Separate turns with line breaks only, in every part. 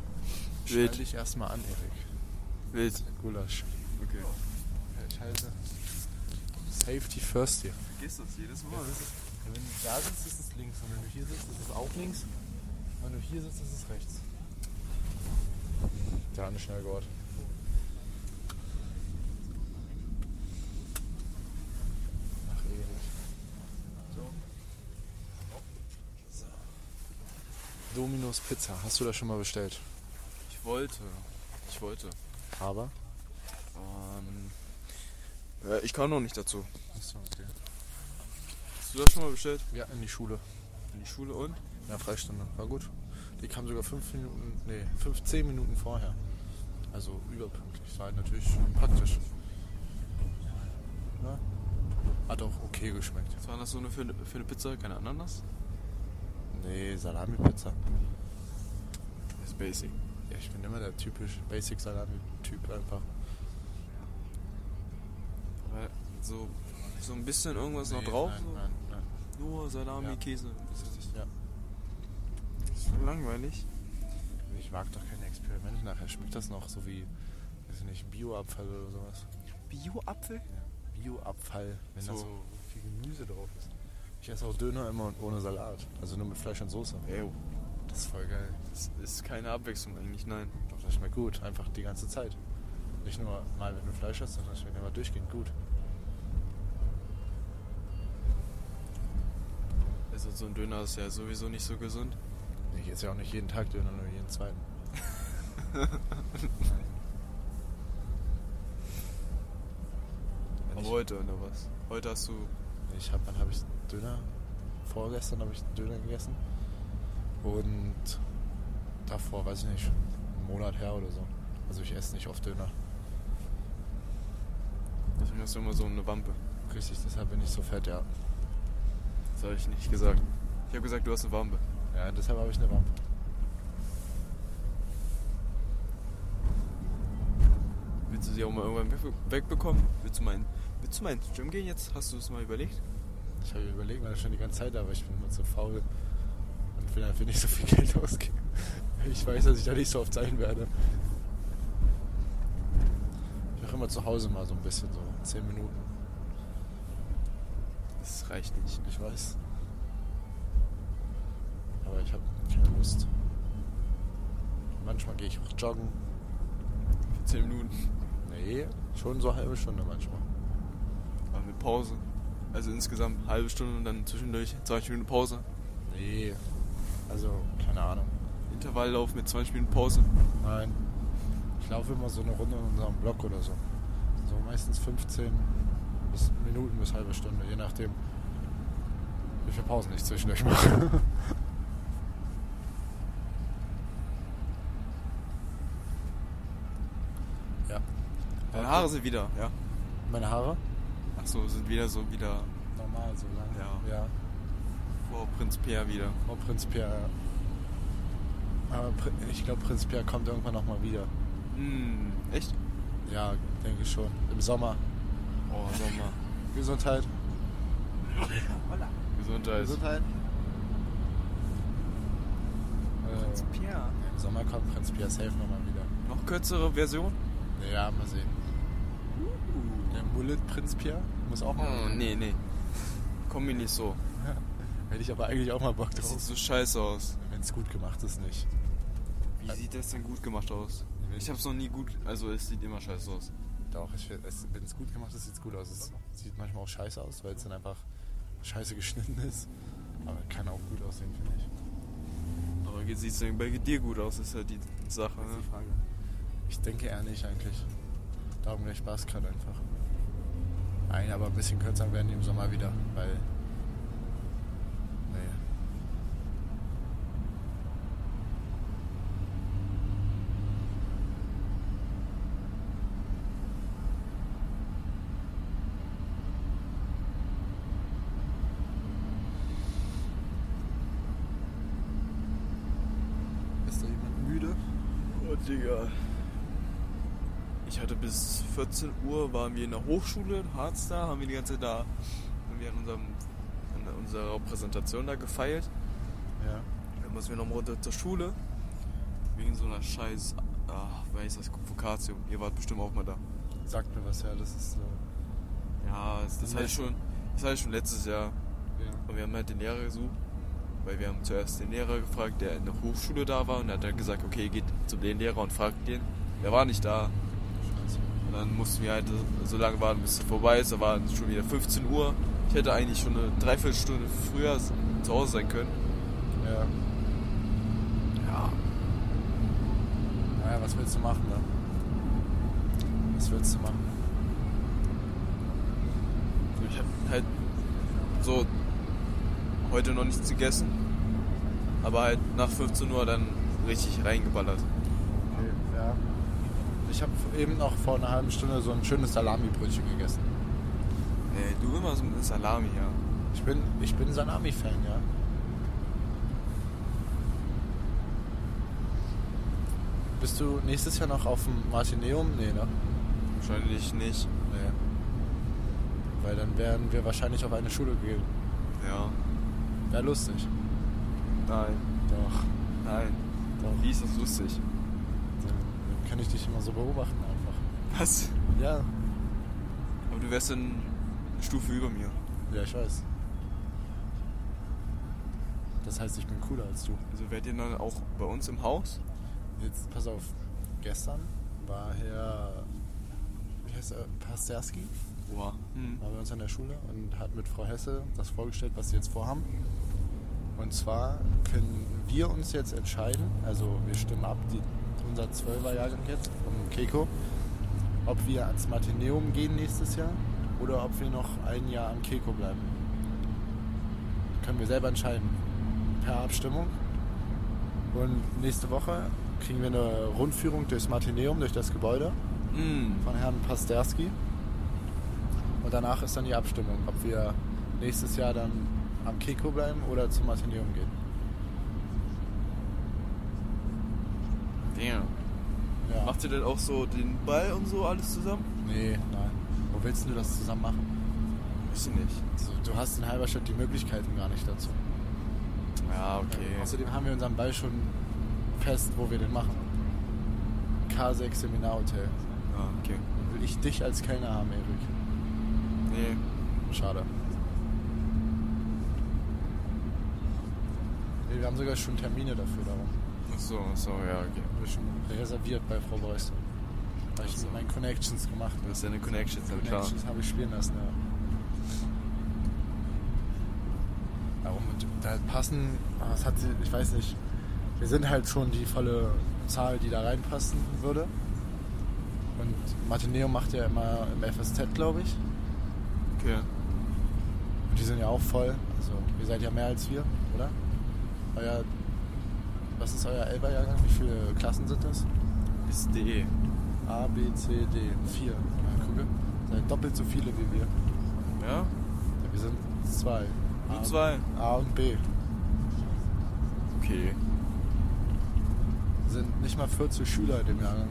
Wild.
Schreib dich erstmal an, Erik.
Wild.
Gulasch. Halt,
Okay.
Scheiße. Safety first hier.
Vergiss das jedes Mal.
Wenn du da sitzt, ist es links. Und wenn du hier sitzt, ist es auch links. Und wenn du hier sitzt, ist es rechts. Der hat nicht schnell gehört. Ach, ewig. Dominos Pizza, hast du das schon mal bestellt?
Ich wollte. Ich wollte.
Aber?
Ähm, äh, ich kam noch nicht dazu.
Achso, okay.
Hast du das schon mal bestellt?
Ja, in die Schule.
In die Schule und?
Ja, Freistunde. War gut. Die kam sogar fünf Minuten, nee, fünf, zehn Minuten vorher. Also überpünktlich. War natürlich schon praktisch. Ja. Hat auch okay geschmeckt.
Was war das so eine für, für eine Pizza? Keine Ananas?
Nee, Salami-Pizza.
Das ist basic.
Ja, ich bin immer der typisch Basic-Salami-Typ einfach.
Aber so, so ein bisschen irgendwas noch
Nee,
drauf?
Nein,
so?
nein, nein.
Nur Salami,
Ja.
Käse. Das ist
Ja.
so langweilig.
Ich mag doch keine Experimente nachher. Schmeckt das noch so wie, weiß ich nicht, Bio-Abfall oder sowas?
Bio-Apfel?
Bio-Abfall, wenn da
So.
so viel Gemüse drauf ist. Ich esse auch Döner immer und ohne Salat. Also nur mit Fleisch und Soße.
Ew.
Das ist voll geil.
Das ist keine Abwechslung eigentlich, nein.
Doch, das schmeckt gut. Einfach die ganze Zeit. Nicht nur mal, wenn du Fleisch hast, sondern das schmeckt einfach durchgehend gut.
Also so ein Döner ist ja sowieso nicht so gesund.
Ich esse ja auch nicht jeden Tag Döner, nur jeden zweiten. Wenn
Aber
ich-
heute oder was? Heute hast du
Ich habe, wann habe ich Döner? Vorgestern habe ich Döner gegessen. Und davor, weiß ich nicht, einen Monat her oder so. Also ich esse nicht oft Döner.
Deswegen hast du immer so eine Wampe.
Richtig, deshalb bin ich so fett, ja.
Das habe ich nicht gesagt. Ich habe gesagt, du hast eine Wampe.
Ja, deshalb habe ich eine Wampe.
Willst du sie auch mal irgendwann wegbe- wegbekommen? Willst du mal, in, willst du mal ins Gym gehen jetzt? Hast du es mal überlegt?
Ich habe überlegt, weil ich schon die ganze Zeit da, aber ich bin immer zu faul und will einfach nicht so viel Geld ausgeben. Ich weiß, dass ich da nicht so oft sein werde. Ich mache immer zu Hause mal so ein bisschen, so 10 Minuten.
Das reicht nicht.
Ich weiß. Aber ich habe keine Lust. Manchmal gehe ich auch joggen.
Für 10 Minuten.
Nee, schon so eine halbe Stunde manchmal.
Aber mit Pause. Also insgesamt eine halbe Stunde und dann zwischendurch 20 Minuten Pause.
Nee. Also, keine Ahnung.
Intervalllauf mit 20 Minuten Pause.
Nein. Ich laufe immer so eine Runde in unserem Block oder so. So meistens 15 bis Minuten bis halbe Stunde, je nachdem, wie viel Pausen ich zwischendurch mache. ja.
Deine Haare sind wieder, ja.
Meine Haare?
Ach so, sind wieder so wieder
Normal, so lang.
Ja.
ja.
vor Prinz Peer wieder.
Frau Prinz Pierre. Aber Pri- ich glaube, Prinz Pierre kommt irgendwann nochmal wieder.
Hm, echt?
Ja, denke ich schon. Im Sommer.
Oh, Sommer.
Gesundheit.
Gesundheit.
Gesundheit.
Prinz
Äh,
Peer.
Im Sommer kommt Prinz Pierre safe nochmal wieder.
Noch kürzere Version?
Ja, mal sehen. Der Mullet Prinz Pierre muss auch mal.
Oh, nee, nee. Komm mir nicht so.
Hätte ich aber eigentlich auch mal Bock
Das sieht
drauf.
so scheiße aus.
Wenn es gut gemacht ist, nicht.
Wie sieht das denn gut gemacht aus? Äh. Ich hab's noch nie gut. Also, es sieht immer scheiße aus.
Doch, ich, wenn es gut gemacht ist, sieht es gut aus. Es sieht manchmal auch scheiße aus, weil es dann einfach scheiße geschnitten ist. Aber kann auch gut aussehen, finde ich.
Aber sieht's denn bei dir gut aus? Ist halt die Sache, ne?
Frage. Ich denke eher nicht eigentlich. Darum gleich Spaß gerade einfach. Nein, aber ein bisschen kürzer werden die im Sommer wieder, weil. Nee. Ist da jemand müde?
Oh, Digga. Ich hatte bis 14 Uhr, waren wir in der Hochschule, in Harz da, haben wir die ganze Zeit da, haben wir an, unserem, an unserer Präsentation da gefeilt.
Ja.
Dann mussten wir noch mal runter zur Schule. Wegen so einer scheiß, ah, ach, wer ist das? Vokatium. Ihr wart bestimmt auch mal da.
Sagt mir was, ja, das ist. Äh,
Ja, das, das, hatte ich schon, das hatte ich schon letztes Jahr.
ja.
Und wir haben halt den Lehrer gesucht, weil wir haben zuerst den Lehrer gefragt, der in der Hochschule da war. Und er hat dann gesagt, okay, geht zu dem Lehrer und fragt den. Der war nicht da.
Scheiße.
Und dann mussten wir halt so lange warten, bis es vorbei ist. Da war es schon wieder 15 Uhr. Ich hätte eigentlich schon eine Dreiviertelstunde früher zu Hause sein können.
Ja.
Ja.
Naja, was willst du machen, ne? Was willst du machen?
Ich habe halt so heute noch nichts gegessen. Aber halt nach 15 Uhr dann richtig reingeballert.
Okay, ja. Ich habe eben noch vor einer halben Stunde so ein schönes Salami-Brötchen gegessen.
Ey, du immer so mit Salami, ja.
Ich bin, ich bin Salami-Fan, ja. Bist du nächstes Jahr noch auf dem Martineum? Nee, ne?
Wahrscheinlich nicht.
Nee. Weil dann wären wir wahrscheinlich auf eine Schule gehen.
Ja.
Wäre lustig.
Nein.
Doch.
Nein.
Doch.
Wie ist das lustig?
Dann kann ich dich immer so beobachten einfach.
Was?
Ja.
Aber du wärst dann eine Stufe über mir.
Ja, ich weiß. Das heißt, ich bin cooler als du.
Also wärt ihr dann auch bei uns im Haus?
Jetzt, pass auf. Gestern war Herr... Wie heißt er? Pasterski?
Boah. Hm.
war bei uns an der Schule und hat mit Frau Hesse das vorgestellt, was sie jetzt vorhaben. Und zwar können wir uns jetzt entscheiden, also wir stimmen ab, die, unser 12er-Jahrgang jetzt vom Keko, ob wir ans Martineum gehen nächstes Jahr oder ob wir noch ein Jahr am Keko bleiben. Können wir selber entscheiden. Per Abstimmung. Und nächste Woche kriegen wir eine Rundführung durchs Martineum, durch das Gebäude
Hm.
von Herrn Pasterski. Und danach ist dann die Abstimmung, ob wir nächstes Jahr dann am Keko bleiben oder zum Martineum gehen.
Damn.
Ja.
Macht ihr denn auch so den Ball und so alles zusammen?
Nee, nein. Wo willst du das zusammen machen?
Weiß ich nicht.
Also, du hast in Halberstadt die Möglichkeiten gar nicht dazu.
Ja, okay.
Außerdem haben wir unseren Ball schon fest, wo wir den machen. K6 Seminarhotel.
Ja, Ah, okay.
Will ich dich als Kellner haben, Erik.
Nee.
Schade. Nee, Wir haben sogar schon Termine dafür darum.
Achso, achso, ja, okay.
Wurde schon reserviert bei Frau Beuys. Da habe ich
Ach so.
mit meinen Connections gemacht.
Du hast deine Connections, ja klar.
Connections habe ich spielen lassen, ja. Warum? Und Da passen, was hat sie, ich weiß nicht. Wir sind halt schon die volle Zahl, die da reinpassen würde. Und Martineo macht ja immer im FSZ, glaube ich.
Okay.
Und die sind ja auch voll. Also ihr seid ja mehr als wir, oder? Euer, was ist euer Elberjahrgang? Wie viele Klassen sind das?
Ist E. DE.
A, B, C, D. Vier. Mal gucken. Seid doppelt so viele wie wir.
Ja?
Ja, wir sind zwei.
Nur
A-
zwei.
A und B.
Okay.
Sind nicht mal 40 Schüler in dem Jahrgang.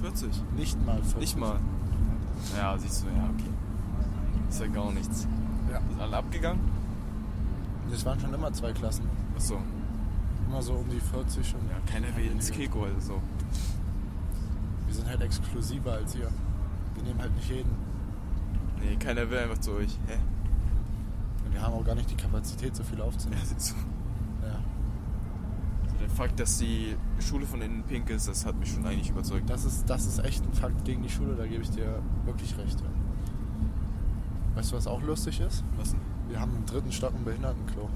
40.
Nicht mal 40.
Nicht mal. Ja, siehst du, ja, okay. Ist ja gar nichts.
Ja.
Sind alle abgegangen?
Das waren schon immer zwei Klassen.
Achso.
Immer so um die 40 schon.
Ja, keiner will ins Keko, also so.
Wir sind halt exklusiver als ihr. Wir nehmen halt nicht jeden.
Nee, keiner will einfach zu euch. Hä?
Und wir haben auch gar nicht die Kapazität, so viel
Ja,
aufzunehmen.
siehst du.
Ja.
Also der Fakt, dass die Schule von innen pink ist, das hat mich schon eigentlich überzeugt.
Das ist, das ist echt ein Fakt gegen die Schule, da gebe ich dir wirklich recht. ja. Weißt du, was auch lustig ist?
Was denn?
Wir haben im dritten Stock ein Behindertenklo.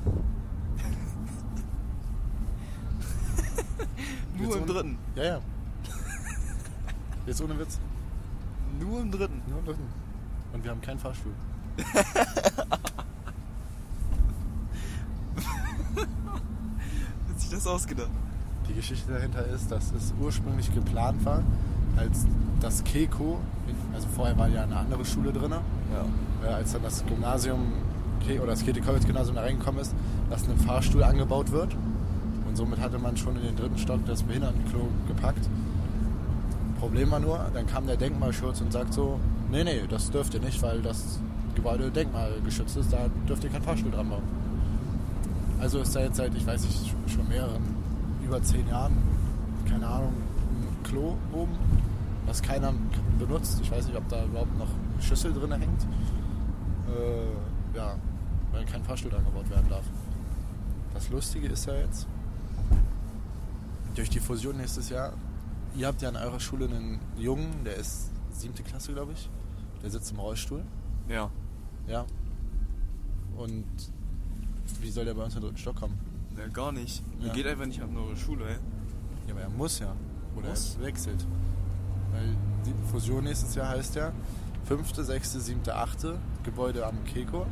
Jetzt
Nur im
ohne-
dritten.
Ja, ja. Jetzt ohne Witz.
Nur im dritten.
Nur im dritten. Und wir haben keinen Fahrstuhl.
Hat sich das ausgedacht?
Die Geschichte dahinter ist, dass es ursprünglich geplant war, als das Keko, also vorher war ja eine andere Schule drin,
Ja.
äh, als dann das Gymnasium Ke- oder das Käthe-Kollwitz-Gymnasium da reingekommen ist, dass ein Fahrstuhl angebaut wird. Und somit hatte man schon in den dritten Stock das Behindertenklo gepackt. Problem war nur, dann kam der Denkmalschutz und sagt so, nee, nee, das dürft ihr nicht, weil das Gebäude denkmalgeschützt ist, da dürft ihr keinen Fahrstuhl dran bauen. Also ist da jetzt seit, ich weiß nicht, schon mehreren, über über zehn Jahren, keine Ahnung, ein Klo oben, was keiner benutzt. Ich weiß nicht, ob da überhaupt noch eine Schüssel drin hängt. Äh, ja, weil kein Fahrstuhl angebaut werden darf. Das Lustige ist ja jetzt, durch die Fusion nächstes Jahr, ihr habt ja an eurer Schule einen Jungen, der ist siebte Klasse, glaube ich, der sitzt im Rollstuhl.
Ja.
Ja. Und wie soll der bei uns in den dritten Stock kommen?
Ja, gar nicht. Ihr
Ja.
geht einfach nicht an eure Schule, ey.
Ja, aber er muss ja. Oder
Muss?
er wechselt. Weil die Fusion nächstes Jahr heißt ja fünfte, sechste, siebte, achte Gebäude am Keko.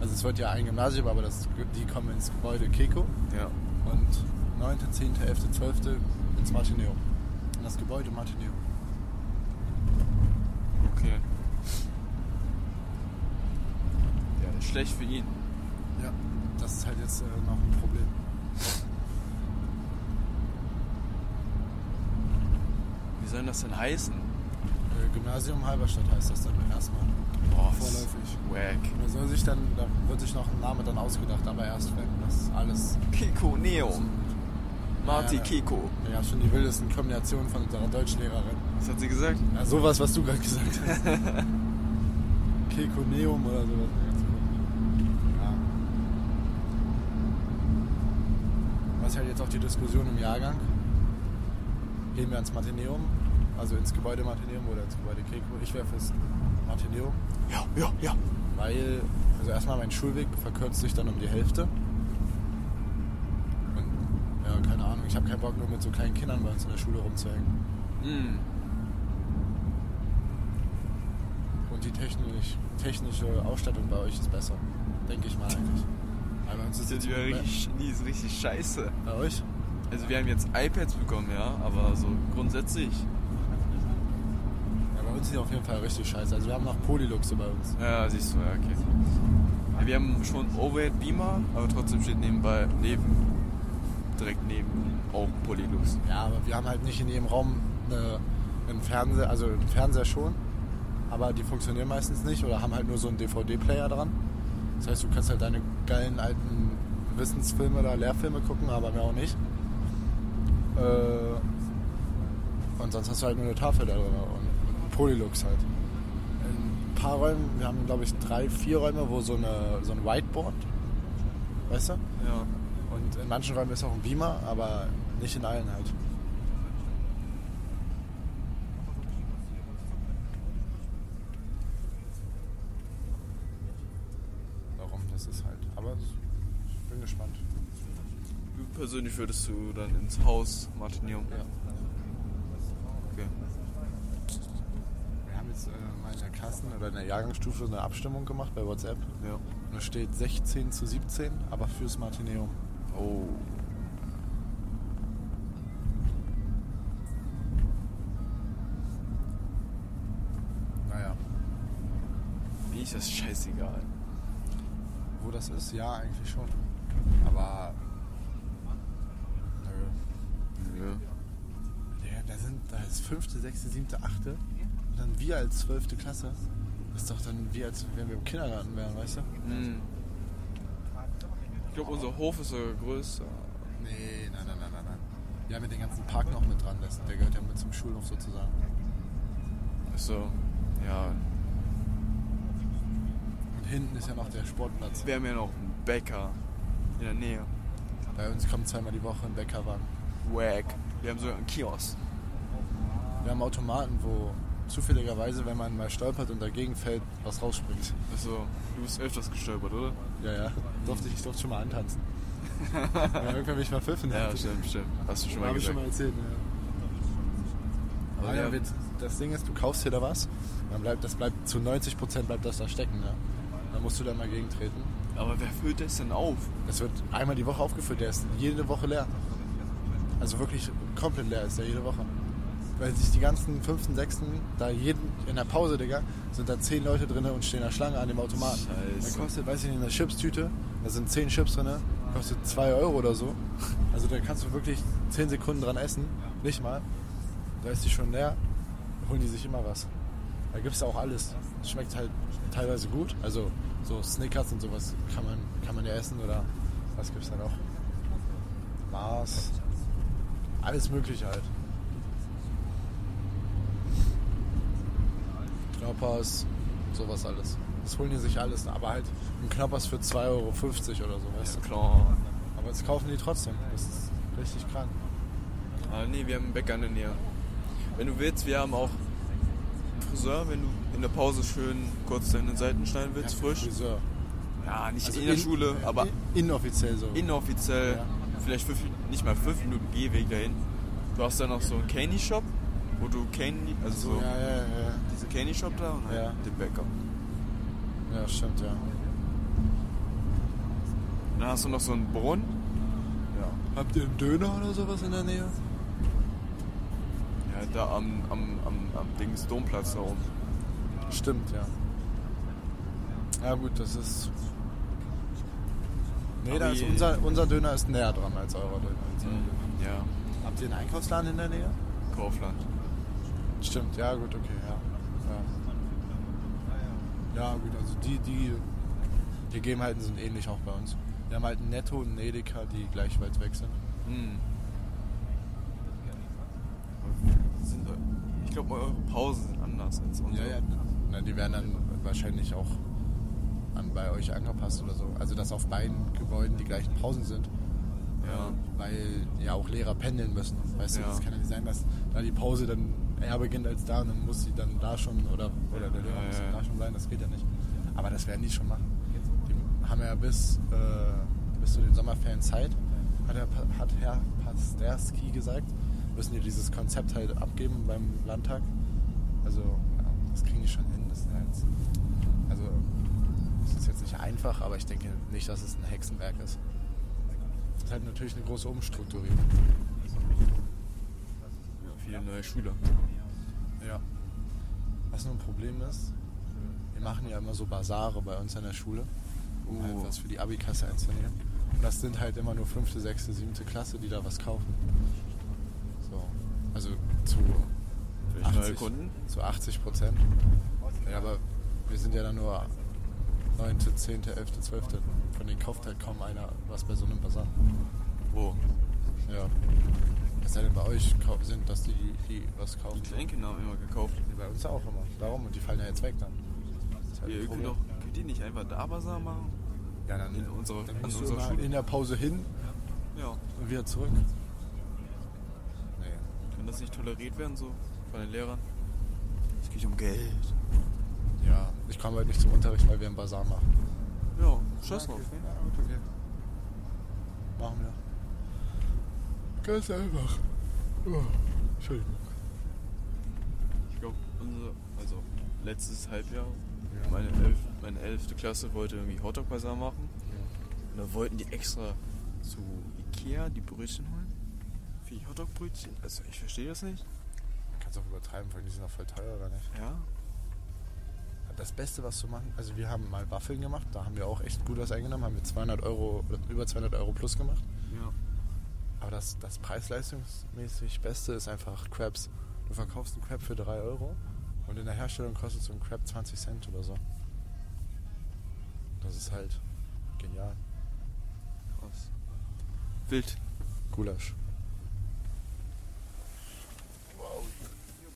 Also es wird ja ein Gymnasium, aber das, die kommen ins Gebäude Keko.
Ja.
Und neunte, zehnte, elfte, zwölfte ins Martineo. In das Gebäude Martineo.
Okay. Ja, das ist schlecht für ihn.
Ja, das ist halt jetzt äh, noch ein Problem.
Wie soll das denn heißen?
Äh, Gymnasium Halberstadt heißt das dann erstmal.
Boah,
Vorläufig.
Oh, Wack.
Da soll sich dann, da wird sich noch ein Name dann ausgedacht, aber erst wenn das alles
Kiko Neo. Marti
Ja.
Kiko.
Ja, schon die wildesten Kombinationen von unserer Deutschlehrerin.
Was hat sie gesagt?
Ja, sowas, was du gerade gesagt hast. Kekoneum oder sowas. Ja. Was halt jetzt auch die Diskussion im Jahrgang? Gehen wir ans Martineum, also ins Gebäude Martineum oder ins Gebäude Keko? Ich wäre fürs Martineum,
Ja, ja, ja.
weil, also erstmal mein Schulweg verkürzt sich dann um die Hälfte. Und, ja, keine Ahnung, ich habe keinen Bock, nur mit so kleinen Kindern bei uns in der Schule rumzuhängen.
Hm.
Und die technisch, technische Ausstattung bei euch ist besser. Denke ich mal eigentlich. Aber uns
Das ist jetzt wieder richtig, nee, ist richtig scheiße.
Bei euch?
Also wir haben jetzt iPads bekommen, ja, aber so grundsätzlich.
Ja, bei uns ist auf jeden Fall richtig scheiße. Also wir haben noch Polyluxe bei uns.
Ja, siehst du, ja, okay. Ja, wir haben schon einen Overhead Beamer, aber trotzdem steht nebenbei neben, direkt neben auch ein Polylux.
Ja, aber wir haben halt nicht in jedem Raum eine, einen Fernseher, also einen Fernseher schon. Aber die funktionieren meistens nicht oder haben halt nur so einen DVD-Player dran. Das heißt, du kannst halt deine geilen alten Wissensfilme oder Lehrfilme gucken, aber mehr auch nicht. Äh, und sonst hast du halt nur eine Tafel da drin und Polylux halt. In ein paar Räumen, wir haben glaube ich drei, vier Räume, wo so, eine, so ein Whiteboard, weißt du?
Ja.
Und in manchen Räumen ist auch ein Beamer, aber nicht in allen halt. Warum das ist halt. Aber ich bin gespannt.
Du persönlich würdest du dann ins Haus Martinium.
Ja.
Okay.
Wir haben jetzt äh, mal in der Klassen- oder in der Jahrgangsstufe eine Abstimmung gemacht bei WhatsApp.
Ja.
Und es steht 16 zu 17, aber fürs Martineum.
Oh.
Naja.
Mir ist das scheißegal.
Wo das ist, ja, eigentlich schon. Aber. Nö.
Nö.
Ja, da sind da ist fünfte, sechste, siebte, achte. Und dann wir als zwölfte Klasse. Das ist doch dann wie als wenn wir im Kindergarten wären, weißt du?
Hm. Ich glaube, unser Hof ist sogar größer.
Nee, nein, nein, nein, nein, nein. Ja, mit den ganzen Park noch mit dran. Das, der gehört ja mit zum Schulhof sozusagen.
Achso. Ja.
Und hinten ist ja noch der Sportplatz.
Wir haben ja noch einen Bäcker in der Nähe.
Bei uns kommt zweimal die Woche ein Bäckerwagen.
Wack. Wir haben sogar einen Kiosk.
Wir haben Automaten, wo zufälligerweise, wenn man mal stolpert und dagegen fällt, was rausspringt.
Achso, Also, du bist öfters gestolpert, oder?
Ja, ja. Durfte ich, ich durfte schon mal antanzen. ja, irgendwann bin ich mal pfiffen.
Ja,
hatte.
stimmt, stimmt. Hast du schon mal
Hab ich
gesagt.
schon mal erzählt, ja.
Aber
Ah, ja,
ja.
wird- das Ding ist, du kaufst hier da was, dann bleibt das bleibt zu 90 Prozent bleibt das da stecken, ne? Dann musst du da mal gegentreten.
Aber wer füllt das denn auf?
Das wird einmal die Woche aufgefüllt, der ist jede Woche leer. Also wirklich komplett leer ist der jede Woche. Weil sich die ganzen fünften, sechsten, da jeden in der Pause, Digga, sind da zehn Leute drin und stehen da Schlange an dem Automaten.
Scheiße.
Da kostet, weiß ich nicht, eine Chipstüte, da sind zehn Chips drin, kostet 2 Euro oder so. Also da kannst du wirklich 10 Sekunden dran essen, nicht mal. Da ist die schon leer, holen die sich immer was. Da gibt es auch alles. Es schmeckt halt teilweise gut. Also so Snickers und sowas kann man, kann man ja essen oder was gibt es da noch? Mars, Alles Mögliche halt. Knoppers, sowas alles. Das holen die sich alles, aber halt ein Knoppers für 2,50 Euro oder so, weißt
Ist
du?
klar.
Aber jetzt kaufen die trotzdem. Das ist richtig krank.
Ah, nee, wir haben einen Bäcker in der Nähe. Wenn du willst, wir haben auch einen Friseur, wenn du in der Pause schön kurz deine Seiten schneiden willst, frisch.
Friseur.
Ja, nicht
Also
in der Schule,
in-
aber
inoffiziell so.
inoffiziell.
Ja.
Vielleicht fünf, nicht mal fünf Minuten Gehweg dahin. Du hast dann noch so einen Candy Shop, wo du Candy, also so
Ja, ja, ja.
diesen Candy Shop da und halt
Ja.
den Bäcker.
Ja, stimmt, ja.
Dann hast du noch so einen Brunnen. Ja.
Habt ihr einen Döner oder sowas in der Nähe?
Ja, halt da am, am, am, am Dings Domplatz da oben.
Stimmt, ja. Ja gut, das ist. Nee, da
Aber
ist
je-
unser, unser Döner ist näher dran als eurer Döner. Also
Ja,
Habt ihr einen Einkaufsladen in der Nähe?
Kaufland.
Stimmt, ja gut, okay, ja. Ja, ja gut, also die, die Gegebenheiten sind ähnlich auch bei uns. Wir haben halt ein Netto und ein Edeka, die gleich weit weg sind.
Hm. Sind, äh, ich glaube, eure Pausen sind anders als unsere.
Na, die werden dann wahrscheinlich auch an, bei euch angepasst oder so. Also dass auf beiden Gebäuden die gleichen Pausen sind.
Ja.
Ähm, Weil ja auch Lehrer pendeln müssen. Weißt
Ja.
du, das kann ja nicht sein, dass da die Pause dann eher beginnt als da und dann muss sie dann da schon oder, oder der Lehrer
Ja,
muss
ja,
dann
ja.
da schon sein, das geht ja nicht. Aber das werden die schon machen. Die haben ja bis, äh, bis zu den Sommerferien Zeit, hat, er, hat Herr Pasterski gesagt, müssen die dieses Konzept halt abgeben beim Landtag. Also ja, das kriegen die schon hin. Das ist halt, also es ist jetzt nicht einfach, aber ich denke nicht, dass es ein Hexenwerk ist. Das ist halt natürlich eine große Umstrukturierung.
Viele neue Schüler.
Ja. Was nur ein Problem ist, wir machen ja immer so Basare bei uns an der Schule, um halt
Oh.
was für die Abikasse einzunehmen. Und das sind halt immer nur fünfte, sechste, siebte Klasse, die da was kaufen. So. Also zu
Vielleicht neue
80,
Kunden?
zu 80 Prozent. Ja, aber wir sind ja dann nur 9., 10., 11., 12. Von denen kauft halt kaum einer was bei so einem Basar.
Wo?
Ja. Es sei denn bei euch kau- sind, dass die, die was kaufen.
Die Kleinkinder haben immer gekauft.
Die bei uns auch immer. Darum, und die fallen ja jetzt weg dann. Das ist halt
Ihr
ein
könnt
Problem.
doch, könnt ihr nicht einfach da Basar machen?
ja, dann
in unsere-
dann
an
musst du
unserer
immer
Schule.
in der Pause hin
Ja.
und wieder zurück. Nee.
Kann das nicht toleriert werden, so von den Lehrern? Es geht um Geld.
Ja, ich komme heute nicht zum Unterricht, weil wir einen Basar machen.
Ja, scheiß drauf.
Ja, gut, okay. Machen wir. Ganz einfach. Oh, Entschuldigung.
Ich glaube, unsere, also letztes Halbjahr,
Ja.
meine, elf, meine elfte Klasse wollte irgendwie Hotdog Basar machen. Und da wollten die extra zu Ikea die Brötchen holen. Für die Hotdog-Brötchen. Also ich verstehe das nicht.
Kannst auch übertreiben, weil die sind auch voll teuer, oder nicht?
Ja.
Das Beste, was zu machen, also wir haben mal Waffeln gemacht, da haben wir auch echt gut was eingenommen, haben wir 200 Euro, oder über 200 Euro plus gemacht.
Ja.
Aber das, das preis-leistungsmäßig Beste ist einfach Crabs. Du verkaufst einen Crab für 3 Euro und in der Herstellung kostet so ein Crab 20 Cent oder so. Das ist halt genial.
Krass. Wild.
Gulasch.